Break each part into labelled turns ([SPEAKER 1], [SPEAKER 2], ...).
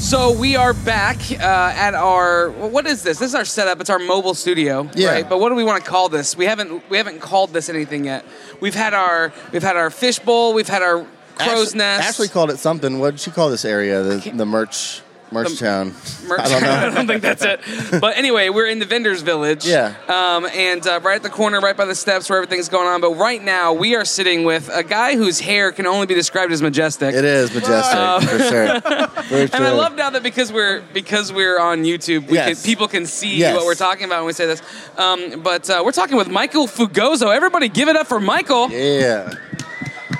[SPEAKER 1] So we are back uh, at our what is this? This is our setup. It's our mobile studio,
[SPEAKER 2] Yeah.
[SPEAKER 1] right? But what do we want to call this? We haven't we haven't called this anything yet. We've had our we've had our fishbowl. We've had our crow's
[SPEAKER 2] Ashley-
[SPEAKER 1] nest.
[SPEAKER 2] Ashley called it something. What did she call this area? The, the merch, merch town.
[SPEAKER 1] Merch.
[SPEAKER 2] I don't know.
[SPEAKER 1] think that's it. But anyway, we're in the vendors village.
[SPEAKER 2] Yeah.
[SPEAKER 1] Um, and uh, right at the corner, right by the steps where everything's going on. But right now, we are sitting with a guy whose hair can only be described as majestic.
[SPEAKER 2] It is majestic for sure. For
[SPEAKER 1] And I
[SPEAKER 2] sure.
[SPEAKER 1] love now that because we're because we're on YouTube, we
[SPEAKER 2] Yes.
[SPEAKER 1] can, people can see
[SPEAKER 2] Yes.
[SPEAKER 1] what we're talking about when we say this. Um, but uh, we're talking with Michael Fugoso. Everybody, give it up for Michael.
[SPEAKER 2] Yeah.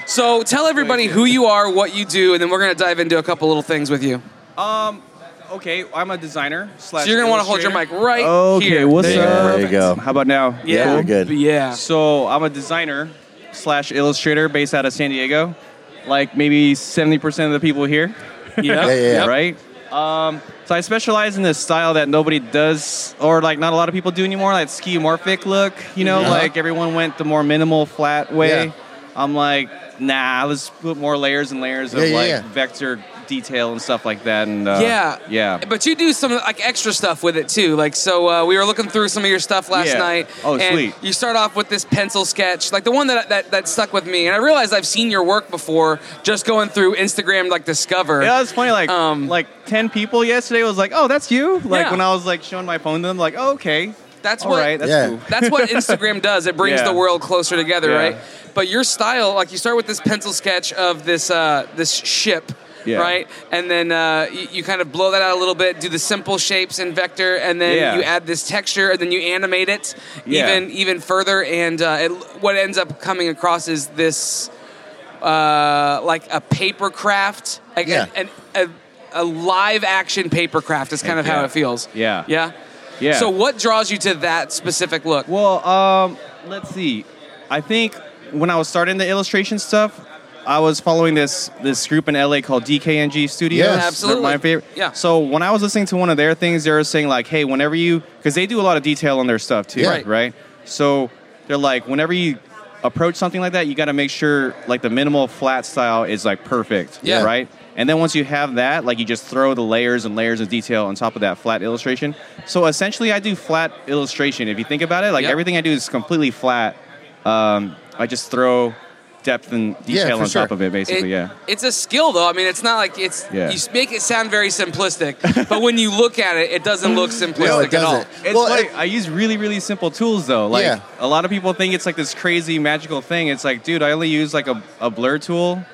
[SPEAKER 1] So tell everybody who you are, what you do, and then we're gonna dive into a couple little things with you.
[SPEAKER 3] Okay, I'm a designer slash.
[SPEAKER 1] So you're gonna want to hold your mic right
[SPEAKER 3] Okay,
[SPEAKER 1] here.
[SPEAKER 3] what's
[SPEAKER 2] There you go,
[SPEAKER 3] up?
[SPEAKER 2] there you go.
[SPEAKER 3] How about now?
[SPEAKER 1] Yeah.
[SPEAKER 2] Very good.
[SPEAKER 1] Yeah.
[SPEAKER 3] So I'm a designer slash illustrator based out of San Diego, like maybe 70% of the people here,
[SPEAKER 2] Yeah, yeah, yeah.
[SPEAKER 3] right? Um, so I specialize in this style that nobody does, or like not a lot of people do anymore, like skeuomorphic look. You know,
[SPEAKER 2] Uh-huh.
[SPEAKER 3] like everyone went the more minimal flat way.
[SPEAKER 2] Yeah.
[SPEAKER 3] I'm like, nah, let's put more layers and layers of
[SPEAKER 2] Yeah, yeah,
[SPEAKER 3] like
[SPEAKER 2] yeah.
[SPEAKER 3] vector detail and stuff like that. And uh,
[SPEAKER 1] yeah,
[SPEAKER 3] yeah.
[SPEAKER 1] But you do some like extra stuff with it too. Like so, uh, we were looking through some of your stuff last
[SPEAKER 3] Yeah.
[SPEAKER 1] night.
[SPEAKER 3] Oh,
[SPEAKER 1] and
[SPEAKER 3] sweet.
[SPEAKER 1] You start off with this pencil sketch, like the one that, that that stuck with me, and I realized I've seen your work before, just going through Instagram like Discover.
[SPEAKER 3] Yeah, it's funny. Like,
[SPEAKER 1] Um,
[SPEAKER 3] like ten people yesterday was like, "Oh, that's you." Like
[SPEAKER 1] Yeah.
[SPEAKER 3] when I was like showing my phone to them, like, "Oh, okay,
[SPEAKER 1] That's
[SPEAKER 3] all
[SPEAKER 1] what.
[SPEAKER 3] right, that's
[SPEAKER 2] Yeah.
[SPEAKER 3] cool."
[SPEAKER 1] That's what Instagram does. It brings
[SPEAKER 3] Yeah.
[SPEAKER 1] the world closer together,
[SPEAKER 3] Yeah.
[SPEAKER 1] right? But your style, like you start with this pencil sketch of this uh, this ship,
[SPEAKER 3] Yeah.
[SPEAKER 1] right? And then uh, you, you kind of blow that out a little bit, do the simple shapes in vector, and then
[SPEAKER 3] Yeah.
[SPEAKER 1] you add this texture, and then you animate it
[SPEAKER 3] Yeah.
[SPEAKER 1] even even further. And uh, it, what ends up coming across is this uh, like a paper craft, like
[SPEAKER 2] Yeah.
[SPEAKER 1] an, an, a, a live action paper craft is kind of how
[SPEAKER 3] Yeah.
[SPEAKER 1] it feels.
[SPEAKER 3] Yeah.
[SPEAKER 1] yeah.
[SPEAKER 3] Yeah.
[SPEAKER 1] So what draws you to that specific look?
[SPEAKER 3] Well, um, let's see. I think when I was starting the illustration stuff, I was following this this group in LA called DKNG Studios.
[SPEAKER 2] Yes.
[SPEAKER 3] They're
[SPEAKER 1] Absolutely.
[SPEAKER 3] My favorite.
[SPEAKER 1] Yeah.
[SPEAKER 3] So when I was listening to one of their things, they were saying like, "Hey, whenever you," because they do a lot of detail on their stuff too,
[SPEAKER 2] Yeah.
[SPEAKER 3] right? So they're like, whenever you approach something like that, you got to make sure like the minimal flat style is like perfect.
[SPEAKER 2] Yeah.
[SPEAKER 3] Right. And then once you have that, like you just throw the layers and layers of detail on top of that flat illustration. So essentially, I do flat illustration. If you think about it, like
[SPEAKER 1] Yep.
[SPEAKER 3] everything I do is completely flat. Um, I just throw depth and
[SPEAKER 2] Yeah,
[SPEAKER 3] detail
[SPEAKER 2] for
[SPEAKER 3] on
[SPEAKER 2] sure.
[SPEAKER 3] top of it, basically.
[SPEAKER 1] It-
[SPEAKER 3] yeah.
[SPEAKER 1] It's a skill though. I mean, it's not like it's
[SPEAKER 3] Yeah.
[SPEAKER 1] you s- make it sound very simplistic, but when you look at it, it doesn't look simplistic
[SPEAKER 2] No, it
[SPEAKER 1] at all.
[SPEAKER 2] doesn't.
[SPEAKER 3] It's
[SPEAKER 2] Well,
[SPEAKER 3] funny.
[SPEAKER 2] it-
[SPEAKER 3] I use really, really simple tools though. Like
[SPEAKER 2] Yeah.
[SPEAKER 3] a lot of people think it's like this crazy magical thing. It's like, dude, I only use like a, a blur tool.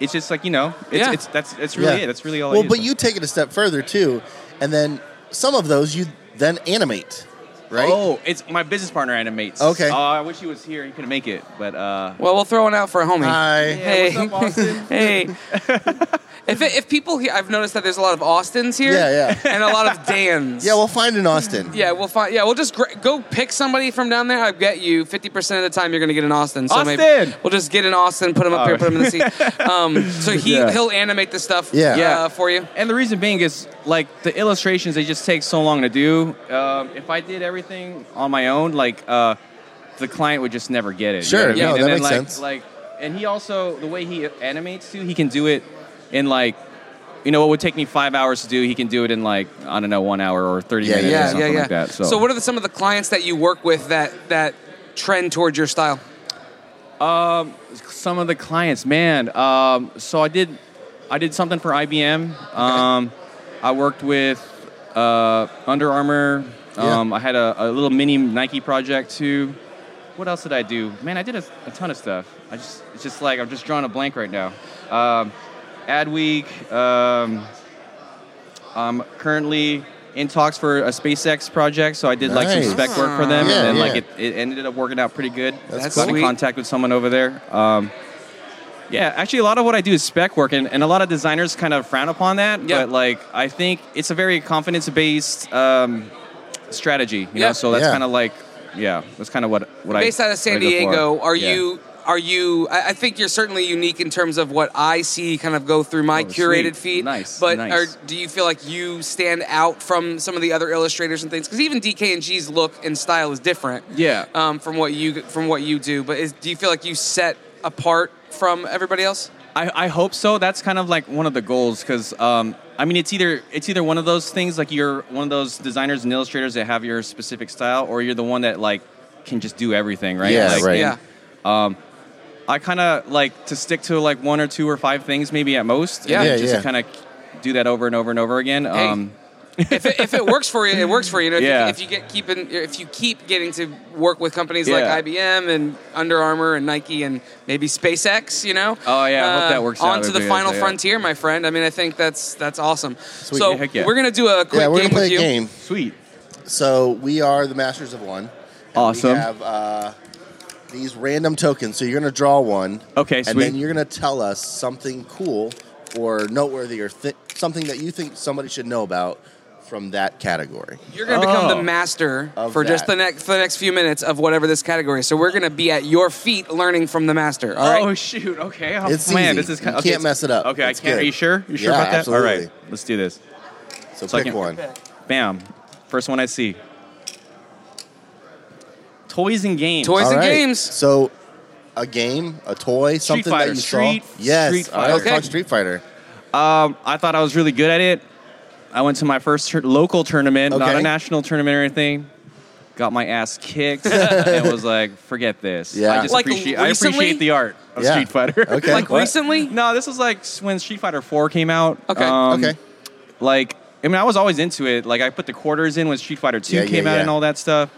[SPEAKER 3] It's just like you know, it's,
[SPEAKER 1] Yeah.
[SPEAKER 3] it's that's it's really
[SPEAKER 2] Yeah.
[SPEAKER 3] it. That's really all.
[SPEAKER 2] Well,
[SPEAKER 3] I use.
[SPEAKER 2] but you take it a step further too, and then some of those you then animate, right?
[SPEAKER 3] Oh, it's my business partner animates.
[SPEAKER 2] Okay.
[SPEAKER 3] Oh, I wish he was here. He could make it, but uh.
[SPEAKER 1] Well, we'll throw one out for a homie.
[SPEAKER 2] Hi. Yeah,
[SPEAKER 1] hey,
[SPEAKER 3] what's up, Austin?
[SPEAKER 1] hey. if it, if people here, I've noticed that there's a lot of Austins here.
[SPEAKER 2] Yeah, yeah.
[SPEAKER 1] and a lot of Dan's.
[SPEAKER 2] Yeah, we'll find in Austin.
[SPEAKER 1] Yeah, we'll find. Yeah, we'll just gr- go pick somebody from down there. I bet you fifty percent of the time you're gonna get an Austin. So maybe
[SPEAKER 3] Austin!
[SPEAKER 1] we'll just get an Austin, put him up
[SPEAKER 3] Oh.
[SPEAKER 1] here, put him in the seat. Um, so he
[SPEAKER 3] Yeah.
[SPEAKER 1] he'll animate the stuff.
[SPEAKER 2] Yeah.
[SPEAKER 1] uh,
[SPEAKER 3] Yeah.
[SPEAKER 1] for you.
[SPEAKER 3] And the reason being is like the illustrations they just take so long to do. Um, if I did everything on my own, like uh, the client would just never get it.
[SPEAKER 2] Sure,
[SPEAKER 3] you know
[SPEAKER 2] no,
[SPEAKER 3] what I mean?
[SPEAKER 2] that
[SPEAKER 3] and then,
[SPEAKER 2] makes
[SPEAKER 3] like,
[SPEAKER 2] sense.
[SPEAKER 3] Like, and he also the way he animates too, he can do it in like. You know what would take me five hours to do, he can do it in like I don't know one hour or thirty
[SPEAKER 2] Yeah,
[SPEAKER 3] minutes or
[SPEAKER 1] yeah, yeah,
[SPEAKER 3] something
[SPEAKER 1] yeah.
[SPEAKER 3] like that. So,
[SPEAKER 1] what are the, some of the clients that you work with that that trend towards your style?
[SPEAKER 3] some of the clients, man. Um, so I did, I did something for IBM. Um, I worked with uh, Under Armour. Um, I had a, a little mini Nike project too. What else did I do? Man, I did a, a ton of stuff. I just, it's just like I'm just drawing a blank right now. Um, Adweek. Um, I'm currently in talks for a SpaceX project, so I did like some
[SPEAKER 2] Nice.
[SPEAKER 3] spec work for them,
[SPEAKER 2] Yeah,
[SPEAKER 3] and then, like
[SPEAKER 2] yeah.
[SPEAKER 3] it, it ended up working out pretty good.
[SPEAKER 1] That's
[SPEAKER 3] Got in
[SPEAKER 1] sweet.
[SPEAKER 3] contact with someone over there. Um, yeah, actually, a lot of what I do is spec work, and, and a lot of designers kind of frown upon that.
[SPEAKER 1] Yeah.
[SPEAKER 3] But like, I think it's a very confidence-based um, strategy. You
[SPEAKER 1] Yeah.
[SPEAKER 3] know, so that's
[SPEAKER 2] Yeah.
[SPEAKER 3] kind of like, yeah, that's kind of what what I
[SPEAKER 1] Based out of San
[SPEAKER 3] what I go for.
[SPEAKER 1] Diego, are
[SPEAKER 3] Yeah.
[SPEAKER 1] you? Are you? I I think you're certainly unique in terms of what I see, kind of go through my
[SPEAKER 3] Oh,
[SPEAKER 1] curated
[SPEAKER 3] sweet.
[SPEAKER 1] feed.
[SPEAKER 3] Nice,
[SPEAKER 1] but
[SPEAKER 3] nice.
[SPEAKER 1] Are, do you feel like you stand out from some of the other illustrators and things? Because even DK and G's look and style is different.
[SPEAKER 3] Yeah.
[SPEAKER 1] um, from what you from what you do. But is, do you feel like you set apart from everybody else?
[SPEAKER 3] I, I hope so. That's kind of like one of the goals because um, I mean it's either it's either one of those things like you're one of those designers and illustrators that have your specific style, or you're the one that like can just do everything, right?
[SPEAKER 2] Yeah,
[SPEAKER 3] Like,
[SPEAKER 2] right.
[SPEAKER 1] Yeah.
[SPEAKER 3] I kind of like to stick to like one or two or five things maybe at most.
[SPEAKER 1] Yeah.
[SPEAKER 3] and
[SPEAKER 1] Yeah,
[SPEAKER 3] just
[SPEAKER 2] yeah.
[SPEAKER 3] to kind of do that over and over and over again.
[SPEAKER 1] Hey.
[SPEAKER 3] Um,
[SPEAKER 1] if, it, if it works for you, it works for you. you know, if,
[SPEAKER 3] Yeah.
[SPEAKER 1] you if you get keeping, if you keep getting to work with companies
[SPEAKER 3] Yeah.
[SPEAKER 1] like IBM and Under Armour and Nike and maybe SpaceX, you know. Um,
[SPEAKER 3] Oh, yeah, I hope that works out
[SPEAKER 1] On to
[SPEAKER 3] with
[SPEAKER 1] the
[SPEAKER 3] you guys,
[SPEAKER 1] final
[SPEAKER 3] yeah.
[SPEAKER 1] frontier, my friend. I mean, I think that's that's awesome. So
[SPEAKER 3] Heck yeah.
[SPEAKER 1] we're gonna do a quick
[SPEAKER 2] yeah, we're
[SPEAKER 1] game
[SPEAKER 2] gonna play
[SPEAKER 1] with
[SPEAKER 2] a
[SPEAKER 1] you.
[SPEAKER 2] game.
[SPEAKER 3] sweet.
[SPEAKER 2] So we are the masters of one. and
[SPEAKER 3] Awesome.
[SPEAKER 2] We have uh, these random tokens. So you're gonna draw one.
[SPEAKER 3] Okay,
[SPEAKER 2] And
[SPEAKER 3] sweet.
[SPEAKER 2] then you're gonna tell us something cool or noteworthy or th- something that you think somebody should know about from that category.
[SPEAKER 1] You're gonna become
[SPEAKER 3] Oh.
[SPEAKER 1] the master
[SPEAKER 2] Of
[SPEAKER 1] for just
[SPEAKER 2] that.
[SPEAKER 1] the next for the next few minutes of whatever this category. So we're gonna be at your feet learning from the master. All right.
[SPEAKER 3] Oh shoot! Okay, Oh,
[SPEAKER 2] It's easy.
[SPEAKER 3] man, this is
[SPEAKER 2] You
[SPEAKER 3] kind
[SPEAKER 2] can't mess it up.
[SPEAKER 3] Okay,
[SPEAKER 2] It's
[SPEAKER 3] I can't.
[SPEAKER 2] good.
[SPEAKER 3] Are you sure? You sure
[SPEAKER 2] Yeah,
[SPEAKER 3] about that? All right,
[SPEAKER 2] absolutely.
[SPEAKER 3] let's do this.
[SPEAKER 2] So
[SPEAKER 3] So I
[SPEAKER 2] pick
[SPEAKER 3] can-
[SPEAKER 2] one.
[SPEAKER 3] Bam, first one I see. Toys and games.
[SPEAKER 1] Toys- and games.
[SPEAKER 2] So a game, a toy, something that
[SPEAKER 3] Fighter.
[SPEAKER 2] you
[SPEAKER 3] Street-
[SPEAKER 2] saw. Yes.
[SPEAKER 3] Street
[SPEAKER 2] All right, let's
[SPEAKER 1] Fighter.
[SPEAKER 2] talk
[SPEAKER 1] Okay.
[SPEAKER 2] Street Fighter.
[SPEAKER 3] Um, I thought I was really good at it. I went to my first tur- local tournament, not
[SPEAKER 2] Okay.
[SPEAKER 3] a national tournament or anything. Got my ass kicked and was like, forget this.
[SPEAKER 2] Yeah.
[SPEAKER 3] I just
[SPEAKER 1] Like,
[SPEAKER 3] appreciate. I
[SPEAKER 1] recently?
[SPEAKER 3] appreciate the art of
[SPEAKER 2] Yeah.
[SPEAKER 3] Street Fighter.
[SPEAKER 2] Okay.
[SPEAKER 1] Like
[SPEAKER 2] What?
[SPEAKER 1] recently?
[SPEAKER 3] no, this was like s- when Street Fighter Four came out. Um,
[SPEAKER 1] Okay.
[SPEAKER 2] okay.
[SPEAKER 3] like I mean, I was always into it. Like I put the quarters in when Street Fighter Two
[SPEAKER 2] Yeah, yeah,
[SPEAKER 3] came out
[SPEAKER 2] yeah.
[SPEAKER 3] and all that stuff.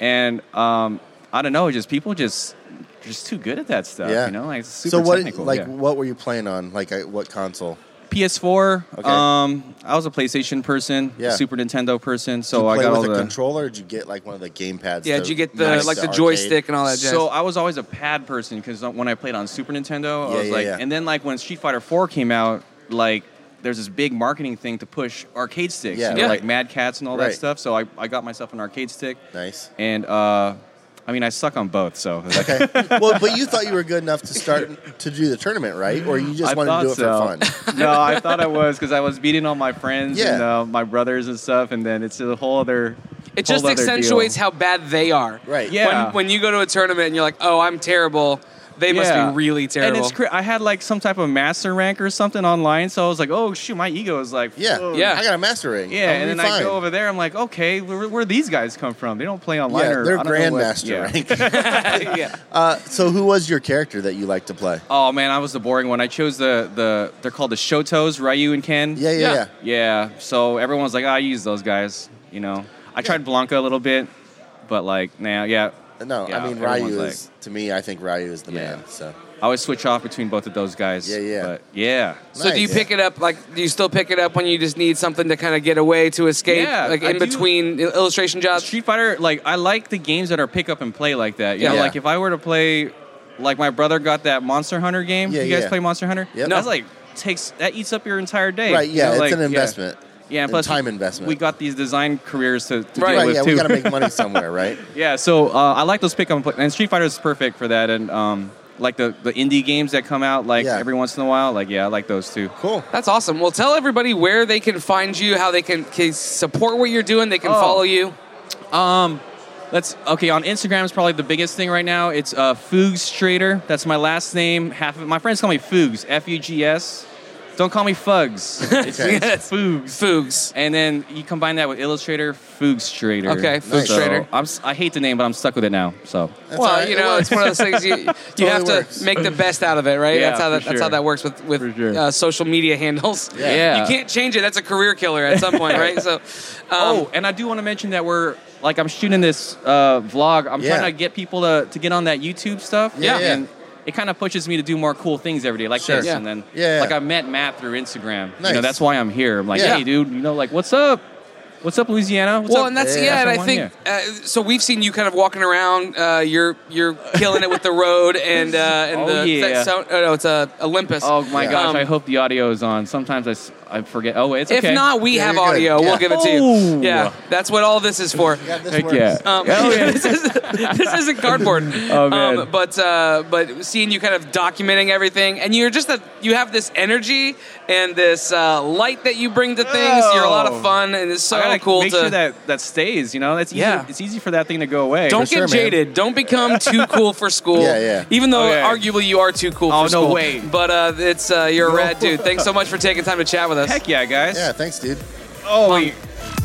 [SPEAKER 3] And um, I don't know, just people just just too good at that stuff.
[SPEAKER 2] Yeah.
[SPEAKER 3] uh, You know, like it's super
[SPEAKER 2] so what?
[SPEAKER 3] technical.
[SPEAKER 2] like
[SPEAKER 3] yeah.
[SPEAKER 2] what were you playing on? Like I, what console?
[SPEAKER 3] PS4.
[SPEAKER 2] Okay.
[SPEAKER 3] Um, I was a PlayStation person,
[SPEAKER 2] Yeah.
[SPEAKER 3] Super Nintendo person,
[SPEAKER 2] Did
[SPEAKER 3] so
[SPEAKER 2] you
[SPEAKER 3] Oh, I
[SPEAKER 2] play
[SPEAKER 3] got
[SPEAKER 2] with
[SPEAKER 3] all
[SPEAKER 2] a
[SPEAKER 3] the.
[SPEAKER 2] controller. Or did you get like one of the game pads?
[SPEAKER 1] Yeah.
[SPEAKER 2] the
[SPEAKER 1] Did you get the
[SPEAKER 2] nice
[SPEAKER 1] like the
[SPEAKER 2] arcade?
[SPEAKER 1] joystick and all that jazz?
[SPEAKER 3] So I was always a pad person because when I played on Super Nintendo, I
[SPEAKER 2] Yeah,
[SPEAKER 3] was
[SPEAKER 2] yeah,
[SPEAKER 3] like,
[SPEAKER 2] yeah.
[SPEAKER 3] and then like when Street Fighter 4 came out, like there's this big marketing thing to push arcade sticks,
[SPEAKER 2] Yeah,
[SPEAKER 3] you know,
[SPEAKER 1] Yeah.
[SPEAKER 3] like Mad Cats and all
[SPEAKER 2] Right.
[SPEAKER 3] that stuff. So I, I got myself an arcade stick.
[SPEAKER 2] Nice.
[SPEAKER 3] and uh, I mean, I suck on both. So
[SPEAKER 2] Okay. well, but you thought you were good enough to start to do the tournament, right? Or you just
[SPEAKER 3] I
[SPEAKER 2] wanted to
[SPEAKER 3] thought
[SPEAKER 2] do it
[SPEAKER 3] so.
[SPEAKER 2] for fun?
[SPEAKER 3] no, I thought I was because I was beating all my friends
[SPEAKER 2] Yeah.
[SPEAKER 3] and uh, my brothers and stuff, and then it's a whole other.
[SPEAKER 1] it just
[SPEAKER 3] whole other deal.
[SPEAKER 1] accentuates how bad they are.
[SPEAKER 2] Right.
[SPEAKER 3] Yeah.
[SPEAKER 1] When, when you go to a tournament and you're like, oh, I'm terrible. They must
[SPEAKER 3] Yeah.
[SPEAKER 1] be really terrible.
[SPEAKER 3] And it's cra- I had like some type of master rank or something online, so I was like, oh shoot, my ego is like,
[SPEAKER 2] Yeah.
[SPEAKER 3] whoa.
[SPEAKER 1] Yeah.
[SPEAKER 2] I got a master ring.
[SPEAKER 3] Yeah,
[SPEAKER 2] I'll
[SPEAKER 3] and
[SPEAKER 2] be
[SPEAKER 3] then I
[SPEAKER 2] fine.
[SPEAKER 3] go over there. I'm like, okay, where, where do these guys come from? They don't play online.
[SPEAKER 2] Yeah,
[SPEAKER 3] or
[SPEAKER 2] they're
[SPEAKER 3] I don't know what-
[SPEAKER 2] grandmaster
[SPEAKER 3] yeah.
[SPEAKER 2] rank.
[SPEAKER 1] yeah.
[SPEAKER 2] Uh, so who was your character that you liked to play?
[SPEAKER 3] Oh man, I was the boring one. I chose the the they're called the Shotos, Ryu and Ken.
[SPEAKER 2] Yeah, yeah,
[SPEAKER 1] Yeah.
[SPEAKER 2] yeah.
[SPEAKER 3] Yeah, so everyone's like, "Ah, I use those guys, you know. I tried Blanca a little bit, but like now, yeah.
[SPEAKER 2] No,
[SPEAKER 3] Yeah,
[SPEAKER 2] I mean
[SPEAKER 3] everyone's
[SPEAKER 2] Ryu is to me. I think Ryu is the
[SPEAKER 3] Yeah.
[SPEAKER 2] man. So
[SPEAKER 3] I always switch off between both of those guys.
[SPEAKER 2] Yeah, yeah.
[SPEAKER 3] But yeah.
[SPEAKER 1] So do you
[SPEAKER 2] Nice.
[SPEAKER 1] pick it up? Like, do you still pick it up when you just need something to kind of get away to escape?
[SPEAKER 3] Yeah,
[SPEAKER 1] like
[SPEAKER 3] I
[SPEAKER 1] in
[SPEAKER 3] do-
[SPEAKER 1] between il- illustration jobs.
[SPEAKER 3] Street Fighter, like I like the games that are pick up and play like that. You know,
[SPEAKER 2] Yeah.
[SPEAKER 3] like if I were to play, like my brother got that Monster Hunter game.
[SPEAKER 2] Yeah,
[SPEAKER 3] you guys
[SPEAKER 2] yeah.
[SPEAKER 3] play Monster Hunter?
[SPEAKER 2] Yep.
[SPEAKER 3] That's
[SPEAKER 1] No.
[SPEAKER 3] like takes that eats up your entire day.
[SPEAKER 2] right,
[SPEAKER 3] you
[SPEAKER 2] yeah,
[SPEAKER 3] know,
[SPEAKER 2] it's
[SPEAKER 3] like,
[SPEAKER 2] an
[SPEAKER 3] yeah.
[SPEAKER 2] investment.
[SPEAKER 3] Yeah, and
[SPEAKER 2] And
[SPEAKER 3] plus
[SPEAKER 2] time
[SPEAKER 3] we-
[SPEAKER 2] investment.
[SPEAKER 3] We got these design careers to, to
[SPEAKER 1] Right.
[SPEAKER 3] deal
[SPEAKER 2] Right,
[SPEAKER 3] with
[SPEAKER 2] yeah,
[SPEAKER 3] too.
[SPEAKER 2] we got to make money somewhere, right?
[SPEAKER 3] Yeah, so uh, I like those pick up and play, and Street Fighter is perfect for that, and um, like the, the indie games that come out like
[SPEAKER 2] Yeah.
[SPEAKER 3] every once in a while, like yeah, I like those too.
[SPEAKER 2] Cool.
[SPEAKER 1] That's awesome. Well, tell everybody where they can find you, how they can, can support what you're doing, they can
[SPEAKER 3] Oh.
[SPEAKER 1] follow you.
[SPEAKER 3] Let's okay on Instagram is probably the biggest thing right now. It's uh, Fugs Trader. That's my last name. Half of my friends call me Fugs, F U G S. Don't call me Fugs. It's,
[SPEAKER 2] Okay.
[SPEAKER 3] it's Fugs.
[SPEAKER 1] Fugs.
[SPEAKER 3] And then you combine that with Illustrator, Fugs Trader.
[SPEAKER 1] Okay, Fugs
[SPEAKER 3] So,
[SPEAKER 1] Trader.
[SPEAKER 3] I'm, s- I hate the name, but I'm stuck with it now. So
[SPEAKER 2] That's
[SPEAKER 1] well,
[SPEAKER 2] all right.
[SPEAKER 1] you
[SPEAKER 2] It
[SPEAKER 1] know, it's
[SPEAKER 2] works.
[SPEAKER 1] one of those things you, you have to
[SPEAKER 2] works.
[SPEAKER 1] make the best out of it, right?
[SPEAKER 3] Yeah,
[SPEAKER 1] that's how that,
[SPEAKER 3] for
[SPEAKER 1] that's how
[SPEAKER 3] sure.
[SPEAKER 1] that works with with
[SPEAKER 3] For sure.
[SPEAKER 1] uh, social media handles.
[SPEAKER 2] Yeah.
[SPEAKER 1] You can't change it. That's a career killer at some point, right? So, um,
[SPEAKER 3] oh, and I do want to mention that we're like I'm shooting this uh, vlog. I'm
[SPEAKER 2] Yeah.
[SPEAKER 3] trying to get people to, to get on that YouTube stuff.
[SPEAKER 2] Yeah, yeah.
[SPEAKER 3] and it kind of pushes me to do more cool things every day, like
[SPEAKER 2] Sure.
[SPEAKER 3] this.
[SPEAKER 1] Yeah.
[SPEAKER 3] And then,
[SPEAKER 2] Yeah, yeah.
[SPEAKER 3] like I met Matt through Instagram. You know,
[SPEAKER 2] Nice.
[SPEAKER 3] that's why I'm here. I'm like,
[SPEAKER 2] Yeah.
[SPEAKER 3] hey, dude, you know, like what's up? What's up, Louisiana? What's
[SPEAKER 1] well,
[SPEAKER 3] up?
[SPEAKER 1] and that's
[SPEAKER 2] Yeah.
[SPEAKER 1] yeah, and I
[SPEAKER 3] Someone
[SPEAKER 1] think uh, so. We've seen you kind of walking around. Uh, you're you're killing it with the road and uh, and
[SPEAKER 3] Oh,
[SPEAKER 1] the
[SPEAKER 3] yeah.
[SPEAKER 1] so, oh, no, it's uh, Olympus.
[SPEAKER 3] Oh my
[SPEAKER 2] Yeah.
[SPEAKER 3] gosh!
[SPEAKER 1] Um,
[SPEAKER 3] I hope the audio is on. Sometimes I, s- I forget. Oh, it's okay.
[SPEAKER 1] If not, we
[SPEAKER 2] Yeah,
[SPEAKER 1] have
[SPEAKER 2] you're good.
[SPEAKER 1] audio.
[SPEAKER 2] Yeah.
[SPEAKER 1] We'll give it to you.
[SPEAKER 3] Oh.
[SPEAKER 1] Yeah, that's what all this is for.
[SPEAKER 2] Yeah, this
[SPEAKER 3] Heck
[SPEAKER 2] works.
[SPEAKER 3] yeah.
[SPEAKER 1] Um,
[SPEAKER 3] Oh, yeah.
[SPEAKER 1] this, is, this isn't cardboard.
[SPEAKER 3] Oh, man.
[SPEAKER 1] Um, but uh, but seeing you kind of documenting everything, and you're just that you have this energy and this uh, light that you bring to things. You're a lot of fun, and
[SPEAKER 2] Oh,
[SPEAKER 1] it's so
[SPEAKER 3] Oh. I gotta
[SPEAKER 1] cool
[SPEAKER 3] make
[SPEAKER 1] to
[SPEAKER 3] sure that that stays. You know, that's easy,
[SPEAKER 1] Yeah.
[SPEAKER 3] It's easy for that thing to go away.
[SPEAKER 1] Don't
[SPEAKER 2] sure,
[SPEAKER 1] get
[SPEAKER 2] man.
[SPEAKER 1] jaded. Don't become too cool for school.
[SPEAKER 2] Yeah, yeah.
[SPEAKER 1] Even though
[SPEAKER 3] Okay.
[SPEAKER 1] arguably you are too cool
[SPEAKER 3] Oh,
[SPEAKER 1] for
[SPEAKER 3] no
[SPEAKER 1] school.
[SPEAKER 3] way.
[SPEAKER 1] But uh, it's uh, you're a rad dude. Thanks so much for taking time to chat with us.
[SPEAKER 3] Heck yeah, guys.
[SPEAKER 2] Yeah, thanks, dude.
[SPEAKER 3] Oh, wait.